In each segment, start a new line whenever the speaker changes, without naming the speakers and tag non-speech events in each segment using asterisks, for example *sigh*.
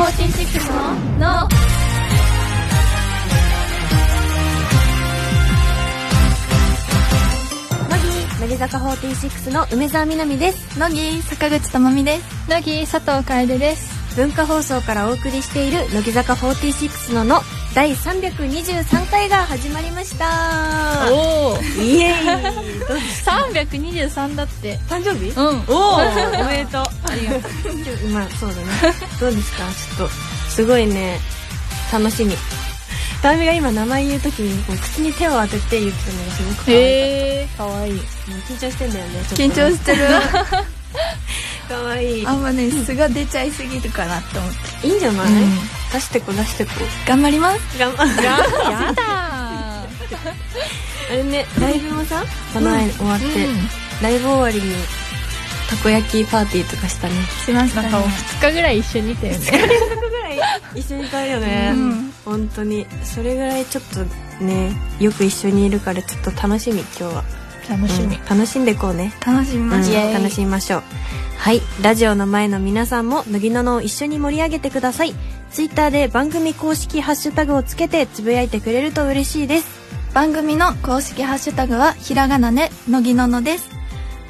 46の脳
乃木乃木坂46の梅澤美波です
乃木坂口智美です
乃木佐藤楓です
文化放送からお送りしている乃木坂46のの第323回が始まりました
おお *laughs*
イエイ
323だって
誕生日
うん
おおおめでとうありがとうまあそうだ *laughs* ねどうですかちょっとすごいね楽しみダメが今名前言うときにこう口に手を当てて言ってたのがすごく可愛い
へえ
かわいいもう緊張してんだよね
緊張
し
してる
かわいい
あんまね素が出ちゃいすぎるかなって思って
いいんじゃない、
うん
出してこ出してこ
頑張ります
頑 *laughs* 張
ー、やだ
あれねライブもさこの間終わって、ライブ終わりにたこ焼きパーティーとかしたね
しまし
なんかもう2日ぐらい一緒にいたよね
一緒にいたいよね、
うん
本当にそれぐらいちょっとねよく一緒にいるからちょっと楽しみ今日は
楽しみ
うん楽しんでこうね
楽しみましょう、
うん楽しみましょうはいラジオの前の皆さんも乃木ののを一緒に盛り上げてくださいツイッターで番組公式ハッシュタグをつけてつぶやいてくれると嬉しいです
番組の公式ハッシュタグはひらがなで乃木ののです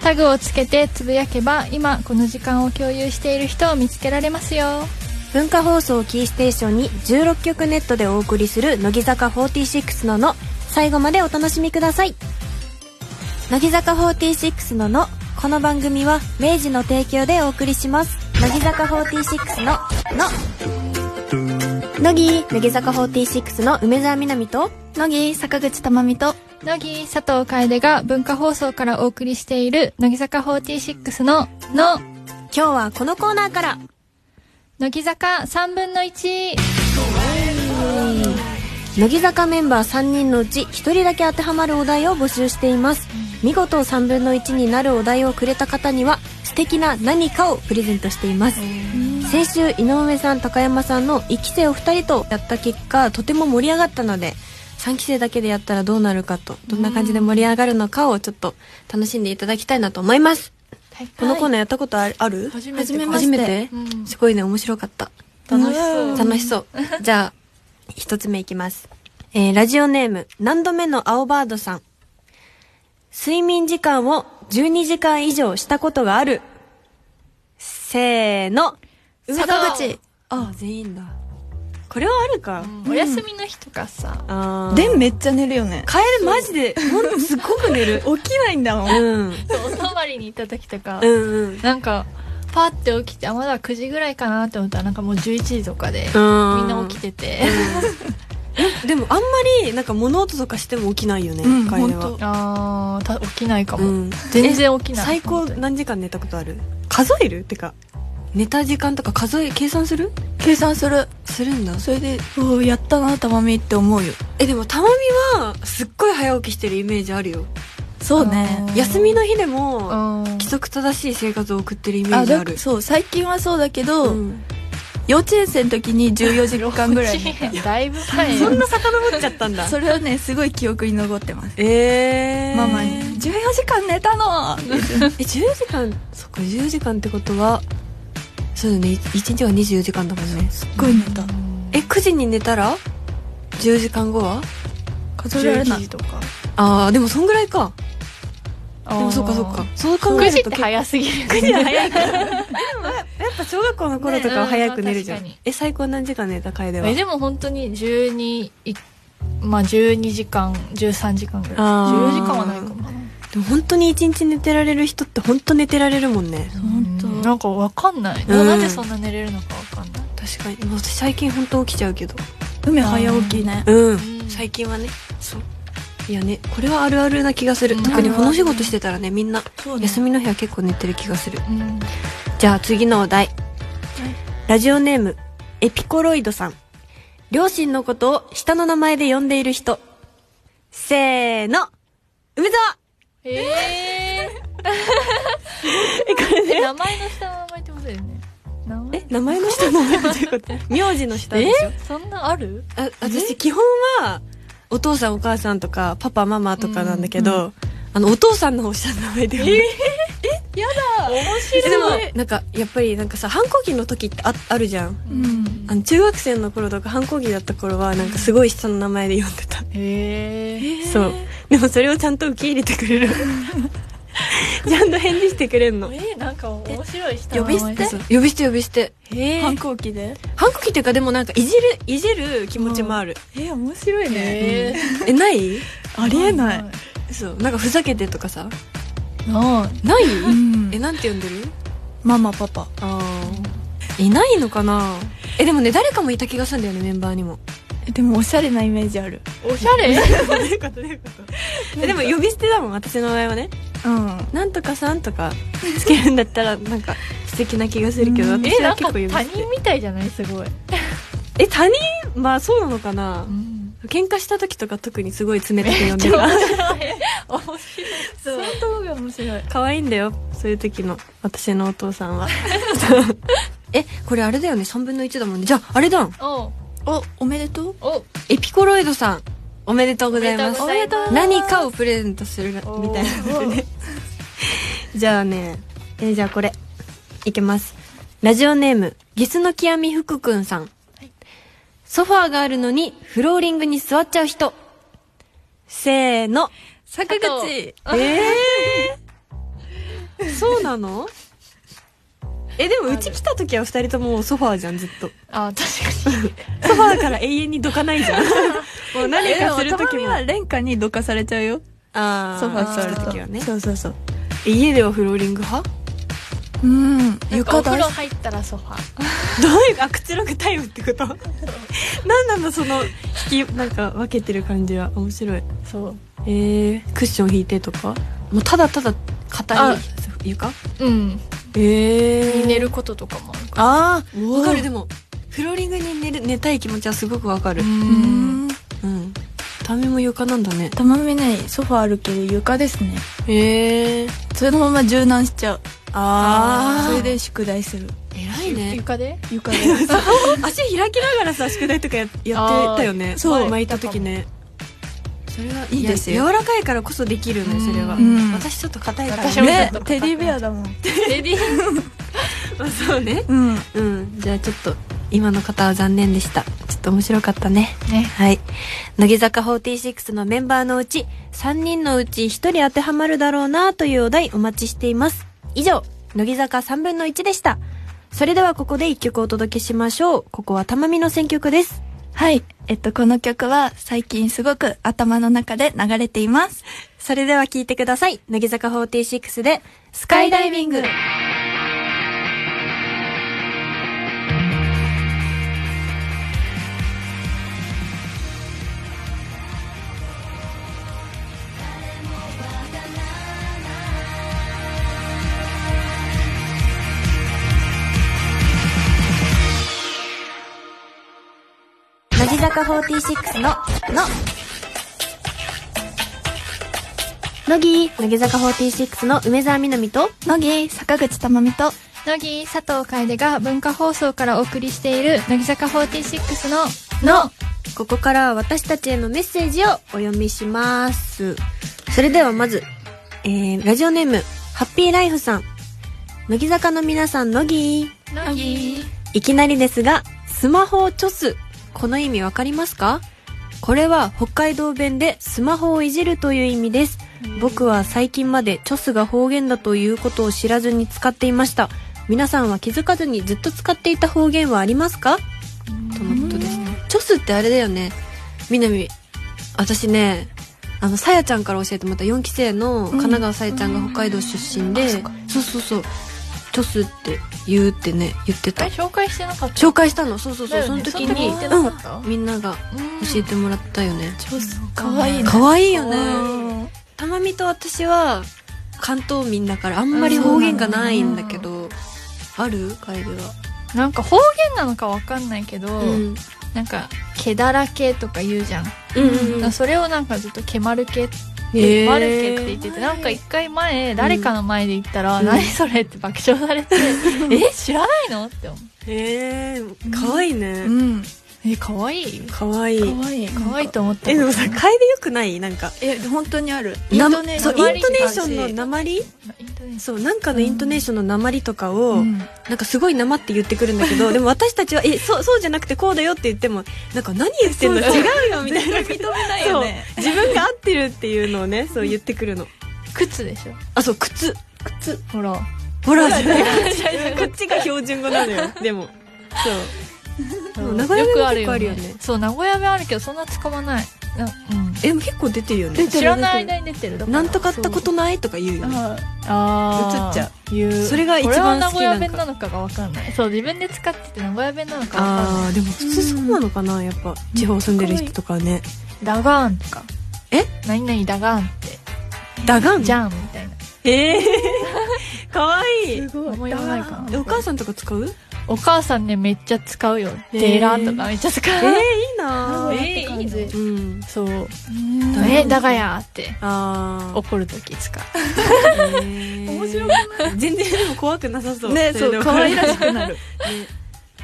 タグをつけてつぶやけば今この時間を共有している人を見つけられますよ
文化放送をキーステーションに16曲ネットでお送りする乃木坂46のの最後までお楽しみください乃木坂46ののこの番組は明治の提供でお送りします乃木坂46のの乃木乃木坂46の梅澤美波と
乃木坂口智美と
乃木佐藤楓が文化放送からお送りしている乃木坂46の「の」
今日はこのコーナーから
乃木坂3分の1
乃木坂メンバー3人のうち1人だけ当てはまるお題を募集しています見事3分の1になるお題をくれた方には素敵な何かをプレゼントしています先週井上さん高山さんの1期生お二人とやった結果とても盛り上がったので3期生だけでやったらどうなるかとどんな感じで盛り上がるのかをちょっと楽しんでいただきたいなと思いますこのコーナーやったことあるある
初
めて
初めて
うん
すごいね面白かった
楽しそう
楽しそう。じゃあ、一つ目いきます。えー、ラジオネーム、何度目の青バードさん。睡眠時間を12時間以上したことがある。せーの。
坂口
あ、全員だ。これはあるか。
お休みの日とかさ
あー
でめっちゃ寝るよね
カエルマジ *laughs* で、ほんとすっごく寝る。
起きないんだも
うんん。
お泊まりに行った時とか
うんうん。
なんかパーって起きてあまだ9時ぐらいかなって思ったらなんかもう11時とかでみんな起きてて
て。でもあんまり、なんか物音とかしても起きないよね、
うん
カエル
ほん
は
と。
あーた起きないか
う
も
ん
全然起きない
最高
本当に
何時間寝たことある数えるってか寝た時間とか数え計算する
計算する
するんだ
それでうおやったなたまみって思うよ
えでもたまみはすっごい早起きしてるイメージあるよ
そ
あ
うね
ー
休みの日で
う
も
ん
規則正しい生活を送ってるイメー
あ
ジあ
だ
る
そう最近はそうだけど、
うん
幼稚園生の時に14時間ぐらい
幼
寝
稚
た
園だいぶ前
*laughs* そんな遡っちゃったん
*laughs*
だ
それはねすごい記憶に残ってます
えー、
ママに「14時間寝たの!」
*laughs* え10時間そっか10時間ってことはそうだね1日は24時間だもんね
すっごい寝た
え9時に寝たら10時間後は
数えられな
11時
い
とか
ああでもそんぐらいか
で
でもそっかそっかそう考え
9
る
時って
と結構
早すぎる
9時は早 *laughs* いからでもやっぱ小学校の頃とかは早く寝るじゃん、
ねうん
え最高何時間寝た楓は
えでも本当に12いまあ12時間13時間ぐらい
あー
14時間はないかもな
でも本当に一日寝てられる人って本当寝てられるもんね
本当
うんなんかわかんない、
うん
ななんでそんな寝れるのかわかんない
確かにもう私最近本当起きちゃうけど
梅早起きね
うん、
ん
最近はねそういやねこれはあるあるな気がする、
うん
特にこ
あるあ
の
る
仕事してたらねみんな
そうね
休みの日は結構寝てる気がする
うん
じゃあ次のお題、ラジオネームエピコロイドさん両親のことを下の名前で呼んでいる人せーの梅沢
ええー、名前の下の名前ってことだよね名前
え名前の下の名前ってこと *laughs* 名字の下でしょ
そんなある
あ私基本はお父さんお母さんとかパパママとかなんだけど、あのお父さんの方下の名前で呼ぶ、えやだでも
白い
なんかやっぱりなんかさ反抗期の時ってああるじゃん
うん
あの中学生の頃とか反抗期だった頃はなんかすごい下の名前で呼んでた、
へえ
そうでもそれをちゃんと受け入れてく *laughs* れるちゃんと返事してくれんの
えなんか面白い人
呼び捨て
そう呼び捨て呼び捨て
へ
反抗期で
反抗期っていうかでもなんかいじるいじる気持ちもある、
え面白い
え
*laughs* えない
ありえない
そうなんかふざけてとかさ
な
ない
うん
*laughs* えなんて呼んでる
ママパパ
ああいないのかなえでもね誰かもいた気がするんだよねメンバーにも
えでもおしゃれなイメージある
おしゃれ
えでも呼び捨てだもん私の場合はね
うん
なんとかさんとかつけるんだったらなんか素敵な気がするけど
うん
私
えな
は
んか他
結構呼び捨て
人みたいじゃないすごい
え他人まあそうなのかな
うん
喧嘩した時とか特にすごい冷たく呼んでる
面白いそう
当が面白い
可愛いんだよそういう時の私のお父さんは *laughs* えこれあれだよね3分の1だもんねじゃああれだん
お
おおめでとう
お
エピコロイドさんおめでとうございます
おめでとうございます
何かをプレゼントするみたいなことで *laughs* じゃあねえじゃあこれいけますラジオネームゲスの極み福くんさん、ソファーがあるのにフローリングに座っちゃう人せーの
坂口
ええー、 *laughs* そうなのえでもうち来た時は二人ともソファーじゃんずっと
あ確かに
ソファーから永遠にどかない *laughs* じゃんもう何
えで
か
も
する
た
時
まに
も
は廉価にどかされちゃうよ
あ
ソファー座る
と
と
きはね
そうそうそう
家ではフローリング派
うん
お
床
風
大
呂
好
入ったらソファ
*laughs* どういうあくつろぐタイムってこと *laughs* 何なんだその引きなんか分けてる感じは面白い
そ
えー、クッション引いてとかもうただただ硬い
あ
床
ううん
えー、
寝ることとかもあるか
ああ
おー
わかるでもフローリングに寝る寝たい気持ちはすごくわか
ら
る
う
う
ん
ん
うんタメも床なんだね
たまめねソファーあるけど床ですね
えー、
それのまま柔軟しちゃう
あ
そ
ー
れで宿題する
偉いね
床で
床で
足開きながらさ宿題とかややってたよね
あー
そ
そうう
巻いた時ねそれはい
いですよ
や柔らかいからこそできるねそれは、
うん
私ちょっと硬いから
私も
ねテディベアだもん
*laughs* レディー
まあそうね
うん
うんじゃあちょっと今の方は残念でしたちょっと面白かったね
ね
はい乃木坂46のメンバーのうち3人のうち1人当てはまるだろうなというお題お待ちしています以上乃木坂3分の1でしたそれではここで1曲お届けしましょうここはたまみの選曲です
はいえっとこの曲は最近すごく頭の中で流れています
それでは聴いてください。乃木坂46で、スカイダイビング。乃木坂46の、の、乃木乃木坂46の梅澤美波と
乃木坂口珠美と
乃木佐藤楓が文化放送からお送りしている乃木坂46の「の
ここからは私たちへのメッセージをお読みしますそれではまず、えー、ラジオネームハッピーライフさん乃木坂の皆さん乃木」
乃木
いきなりですがスマホをチョスこの意味わかりますかこれは北海道弁でスマホをいじるという意味です僕は最近までチョスが方言だということを知らずに使っていました皆さんは気づかずにずっと使っていた方言はありますかとのことですねチョスってあれだよね南私ねあのさやちゃんから教えてもらった4期生の神奈川さやちゃんが北海道出身で、そうそうそうチョスって言うってね言って
え
た
紹介してなかった
紹介したのそうそうそ
だ
う、
よ
その
ね
時
その時
に
言ってなかった
うんみんなが教えてもらったよね、
かわいいね
可愛いよね
ね
たまみと私は関東民だからあんまり方言がないんだけど、あるカエルは、
なんか方言なのかわかんないけど、
うん、
なんか「毛だらけ」とか言うじゃん、
うん
だからそれをなんかずっと「毛丸け」って「
へー
丸け」って言っててなんか一回前誰かの前で言ったら「
うん
何それ?」って爆 *laughs* 笑されて「え知らないの?」って思う
へえかわいいね、
うん
え可愛い
かわいい
かわいい
可愛いと思った
えでもさ楓よくないなんか
え本当にある
イントネーシ
そ
ョン
うイントネーションの
イント
鉛
ネーション
そうなんかのイントネーションの鉛とかを、
うん
なんかすごいなまって言ってくるんだけ *laughs* どでも私たちは「えそうそうじゃなくてこうだよ」って言ってもなんか何言ってんの
そう
違うよみたいな
認めない
そ
よ
う
ね
自分が合ってるっていうのをねそう言ってくるの
靴でしょ
あそう靴靴
ほら
ほらじゃない *laughs* こっちが標準語なの *laughs* よでもそうでも名古屋弁も結構あるよね
そう名古屋弁あるけどそんな使わないなうん
えもう結構出てるよね
出てる
知らない間に出てるだら
なんとかったことないとか言うよね
あ
ああ
映っちゃ
う言う
それが一番好き
これは名古屋
なんか
弁なのかが分かんないそう自分で使ってて名古屋弁なのか分かんない
あーでも普通そうなのかなやっぱ地方住んでる人とかはね
ダガーンとか
え
何々ダガーンって
ダガン
じ
ん
ゃんみたいな
ええー、 *laughs* かわいい
ご
思いはないか
え
な
お母さんとか使う
お母さんねめっちゃ使うよ
へー
デーラーとかめっちゃ使
えー、いういな
え
ー
ーいい感じ
うん
そう
ダガーン
えダガヤーって
ああ
怒る時使う
面白くない全然でも怖くなさそう
ねそう可愛らしく
*laughs*
なる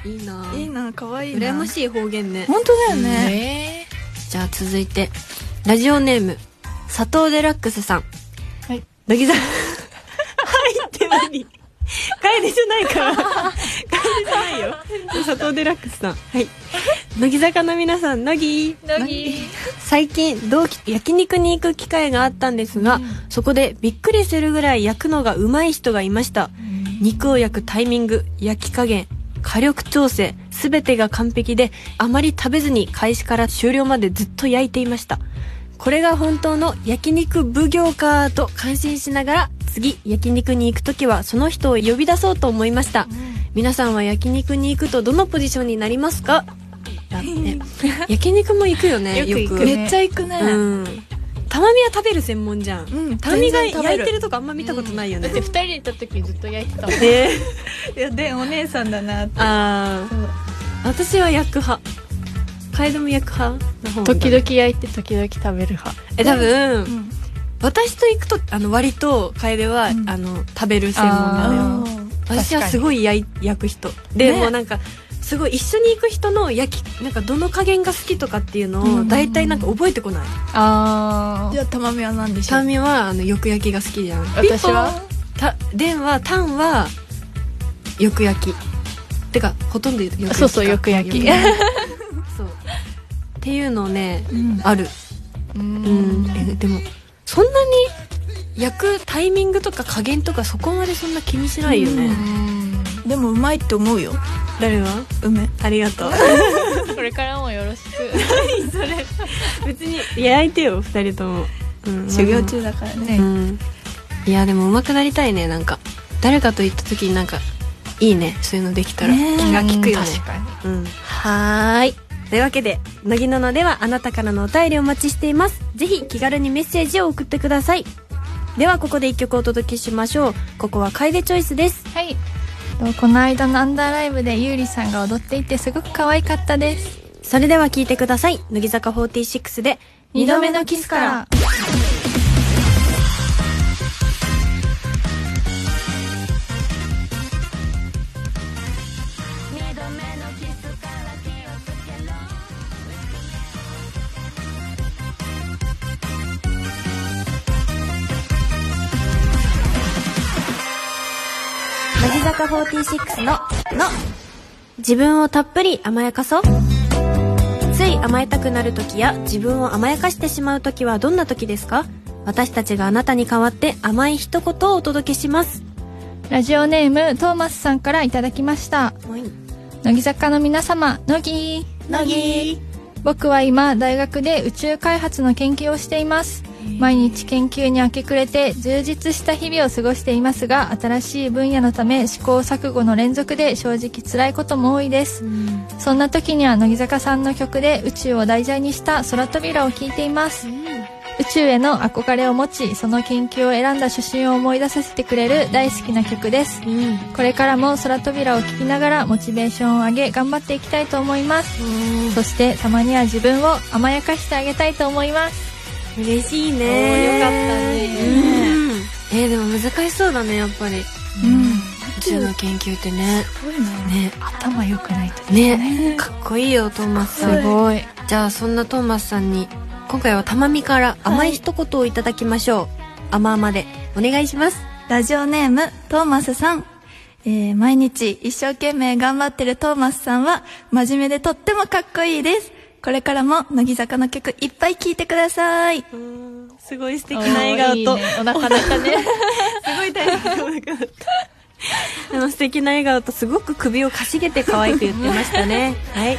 いいなー
いいな可愛いな
羨ましい方言ね
本当だよね
ね
じゃあ続いてラジオネーム佐藤デラックスさん
はい
乃木坂はいって何楓じゃないから楓じゃないよ佐藤デラックスさんはい乃木坂の皆さん乃木
乃木
最近同期焼肉に行く機会があったんですが、そこでびっくりするぐらい焼くのがうまい人がいました肉を焼くタイミング焼き加減火力調整全てが完璧であまり食べずに開始から終了までずっと焼いていましたこれが本当の焼肉奉行かと感心しながら次焼肉に行く時はその人を呼び出そうと思いました皆さんは焼肉に行くとどのポジションになりますかだって
*laughs*
焼肉も行くよねよ
よ
く
く行く
めっちゃ行くね
うんたまみは食べる専門じゃん
うん
たまみが
全然食べ
焼いてるとこあんま見たことないよ
*laughs*
ね、
だって二人でいた時ずっと焼いてたもん
で
いやでお姉さんだなって
あ
そう
あ私は焼く派楓も焼く派の方
時々焼いて時々食べる派
え多分、
うん
私と行くとあの割と楓は、
うん
あの食べる専門なのよ
あ
私はすごい焼い焼く人で、
ね
もうなんかすごい一緒に行く人の焼きなんかどの加減が好きとかっていう
うんうん
の
う
を
ん
大体なんか覚えてこない
あ
じゃあたまみは何でしょ
タ
う
ミはあのよく焼きが好きじゃん
私は
たでんはタンはよく焼きてかほとんどよく焼きか
そうそうよく焼き
よ *laughs* そうっていうのね
うん
ある
う
うん
ん
えでもそんなに焼くタイミングとか加減とかそこまでそんな気にしないよね、
でもうまいって思うよ
誰は
梅
あ *laughs* りがとう
これからもよろしく
別に焼いてよ2人とも、うん
修行中だからね
うんいやでも上手くなりたいねなんか誰かと行った時になんかいいねそういうのできたら、
ねえ
気が利くよね
確かに
はーい。というわけで、乃木ののではあなたからのお便りをお待ちしています。ぜひ気軽にメッセージを送ってください。ではここで一曲お届けしましょう。ここは楓チョイスです。
はいとこの間のアンダーライブでゆうりさんが踊っていてすごく可愛かったです
それでは聞いてください。乃木坂46で二度目のキスから。乃木坂46の、の、自分をたっぷり甘やかそう。つい甘えたくなる時や自分を甘やかしてしまう時はどんな時ですか私たちがあなたに代わって甘い一言をお届けします。
ラジオネームトーマスさんからいただきました乃木坂の皆様乃木
乃木
僕は今大学で宇宙開発の研究をしています毎日研究に明け暮れて充実した日々を過ごしていますが新しい分野のため試行錯誤の連続で正直辛いことも多いですそんな時には乃木坂さんの曲で宇宙を題材にした空扉を聴いています宇宙への憧れを持ちその研究を選んだ初心を思い出させてくれる大好きな曲ですこれからも空扉を聞きながらモチベーションを上げ頑張っていきたいと思いますそしてたまには自分を甘やかしてあげたいと思います
嬉しいね
おーよかったね
うんえーでも難しそうだねやっぱり
うん
ず中の研究ってね
ごいな
ね
頭良くないと
ねかっこいいよトーマスさん
すごい
じゃあそんなトーマスさんに今回はたまみから甘い一言をいただきましょう、甘々でお願いします
ラジオネーム、トーマスさん。えー毎日一生懸命頑張ってるトーマスさんは、真面目でとってもかっこいいです。これからも、乃木坂の曲いっぱい聴いてください。
すごい素敵
おいいねお腹鳴ったね
すごい大変あの素敵な笑顔とすごく首をかしげて可愛く言ってましたねはい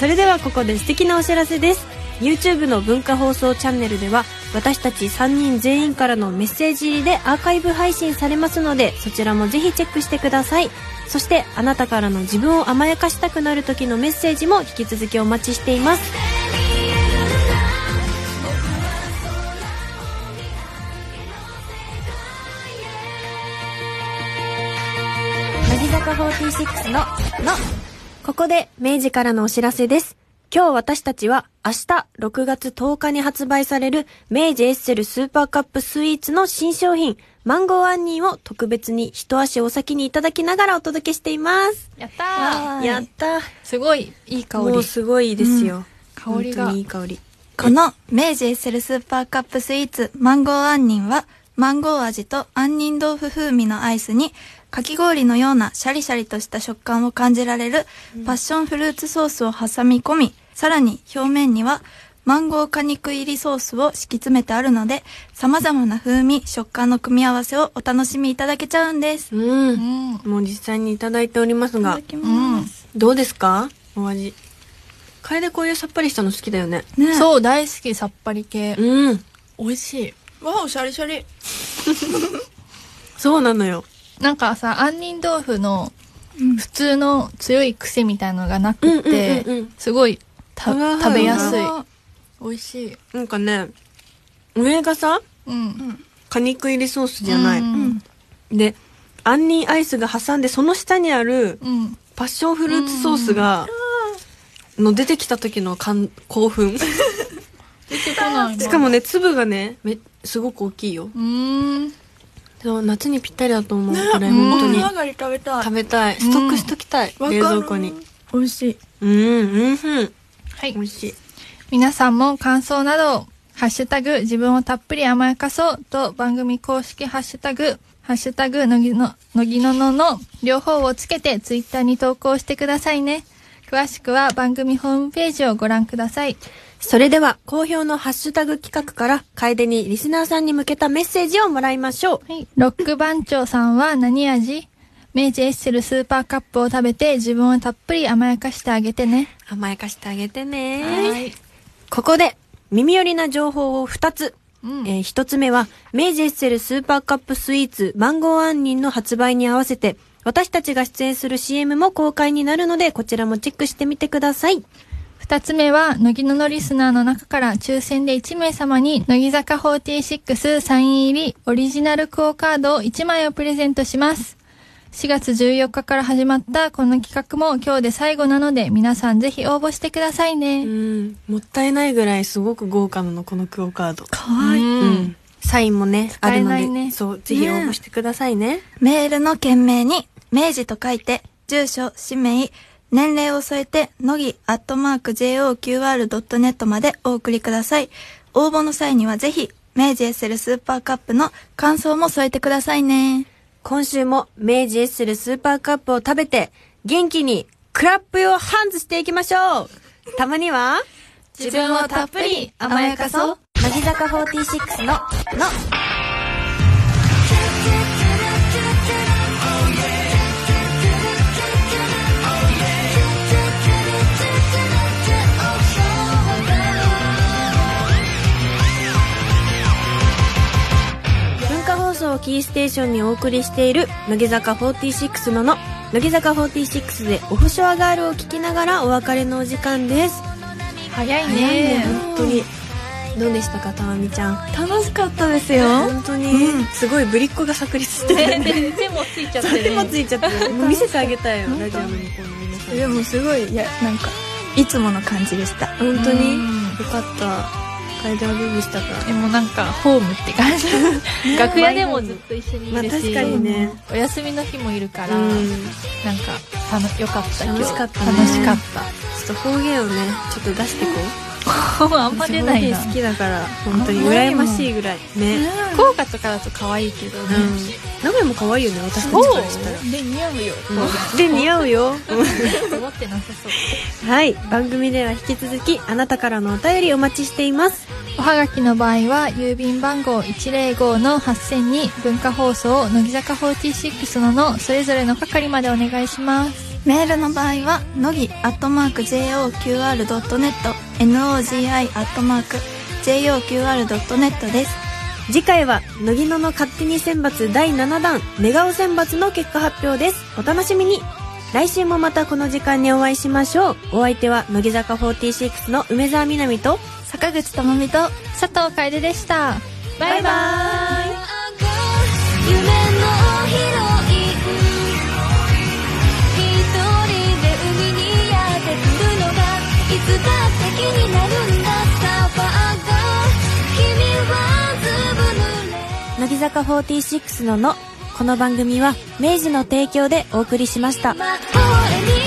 それではここで素敵なお知らせです YouTube の文化放送チャンネルでは私たち3人全員からのメッセージ入りでアーカイブ配信されますのでそちらもぜひチェックしてくださいそしてあなたからの自分を甘やかしたくなる時のメッセージも引き続きお待ちしています乃木坂46の、の、ここで明治からのお知らせです。今日私たちは明日6月10日に発売される明治エッセルスーパーカップスイーツの新商品、マンゴーアンニーを特別に一足お先にいただきながらお届けしています。
*laughs* やったー
やった
すごいいい香
もう
り
すごいですよ。
香りが
本当にいい香り。
この明治エッセルスーパーカップスイーツマンゴー杏仁はマンゴー味と杏仁豆腐風味のアイスにかき氷のようなシャリシャリとした食感を感じられるパッションフルーツソースを挟み込み、さらに表面にはマンゴー果肉入りソースを敷き詰めてあるので、様々な風味、食感の組み合わせをお楽しみいただけちゃうんです。い
うん
う。ん
もう実際にいただいております
た
が
だ、きます。
どうですかお味。楓こういうさっぱりしたの好きだよね。
ね
そう大好きさっぱり系
うん。
美味しい
わお、シャリシャリ。
そうなのよ。
なんかさ杏仁豆腐の普通の強い癖みたいのがな
うん
くて、
うんうんうん
すごいた
うわー
食べやすい
あ
美味しい
なんかね、上がさ、
うん
果肉入りソースじゃない。
うん
で、杏仁アイスが挟んで、その下にある
うん
パッションフルーツソースが、の出てきた時の感興 *laughs* 奮。
出てこないな
しかもね、粒がね、め、すごく大きいよ。
うーん
そう夏にぴったりだと思う。これ、
うん
本当に。
がり食べた
食。べたい。ストックしときたい。
うん
冷蔵庫に
わ。美味しい。
うん、うん、うん。
はい
美味しい。
皆さんも感想などをハッシュタグ、自分をたっぷり甘やかそうと番組公式ハッシュタグ、ハッシュタグ、のぎの、のぎののの両方をつけてツイッターに投稿してくださいね。詳しくは番組ホームページをご覧ください。
それでは、好評のハッシュタグ企画から、楓にリスナーさんに向けたメッセージをもらいましょう。
はい。ロック番長さんは何味明治エッセルスーパーカップを食べて自分をたっぷり甘やかしてあげてね。
甘やかしてあげてね。
はい。
ここで、耳寄りな情報を2つ。
うん
え1つ目は、明治エッセルスーパーカップスイーツマンゴー杏仁の発売に合わせて、私たちが出演する CM も公開になるので、こちらもチェックしてみてください。
二つ目は、乃木ののリスナーの中から抽選で1名様に、乃木坂46サイン入りオリジナルクオカードを1枚をプレゼントします。4月14日から始まったこの企画も今日で最後なので、皆さんぜひ応募してくださいね。
ん、もったいないぐらいすごく豪華なの、このクオカード。
かわいい。
うん。サインもね、あ
え
るの
な
で、
いね
そう、ぜひ応募してくださいね。
メールの件名に、明治と書いて、住所、氏名、年齢を添えて、のぎ、アットマーク、joqr.net までお送りください。応募の際にはぜひ、明治エッセルスーパーカップの感想も添えてくださいね。
今週も明治エッセルスーパーカップを食べて、元気にクラップ用ハンズしていきましょうたまには、
自分をたっぷり甘やかそう。
乃木坂46の、の、文化放送をキーステーションにお送りしている乃木坂46のの乃木坂46でオフショアガールを聞きながらお別れのお時間です
早い
ね
ね。
本当にどうでしたかたまみちゃん
楽しかったですよ。
本当に、すごいぶりっ子が炸裂してるね
手もついちゃっ
手もついちゃってもう *laughs* 見せてあげたいよラジオの向こうの皆さん
でもすごい、いや、なんか、いつもの感じでした。
本当
う
に
ん
よかった大丈夫でしたか
でもなんかホームって感じ
*laughs*
楽屋でもずっと一緒にいるし、
まあ確かにね
お休みの日もいるから、
うん
なんか楽よかった今日
楽しかったね
楽しかっ
ちょっと方言をねちょっと出してこ
たあん
う
ま出ないな
私方言好きだから本当に
あんまり
羨ましいぐらいね
福岡とかだと可愛いけどね、
名古屋も可愛いよね私たち
お
からしたら
ーで似合うよ、
で似合うよ
思ってなさそう
はい番組では引き続きあなたからのお便りお待ちしています
おはがきの場合は郵便番号105の8000に文化放送乃木坂46ののそれぞれの係までお願いします
メールの場合は、のぎ、アットマーク、joqr.net、nogi、アットマーク、joqr.net です。
次回は乃木野の勝手に選抜第7弾寝顔選抜の結果発表ですお楽しみに来週もまたこの時間にお会いしましょうお相手は乃木坂46の梅澤美波と
坂口智美と、
佐藤楓でしたバイバイ
イ
夢のヒロイン一人で海にやってくるのがいつだって気になるんださあ君はずぶ濡れ
乃木坂46ののこの番組は明治の提供でお送りしました
魔法に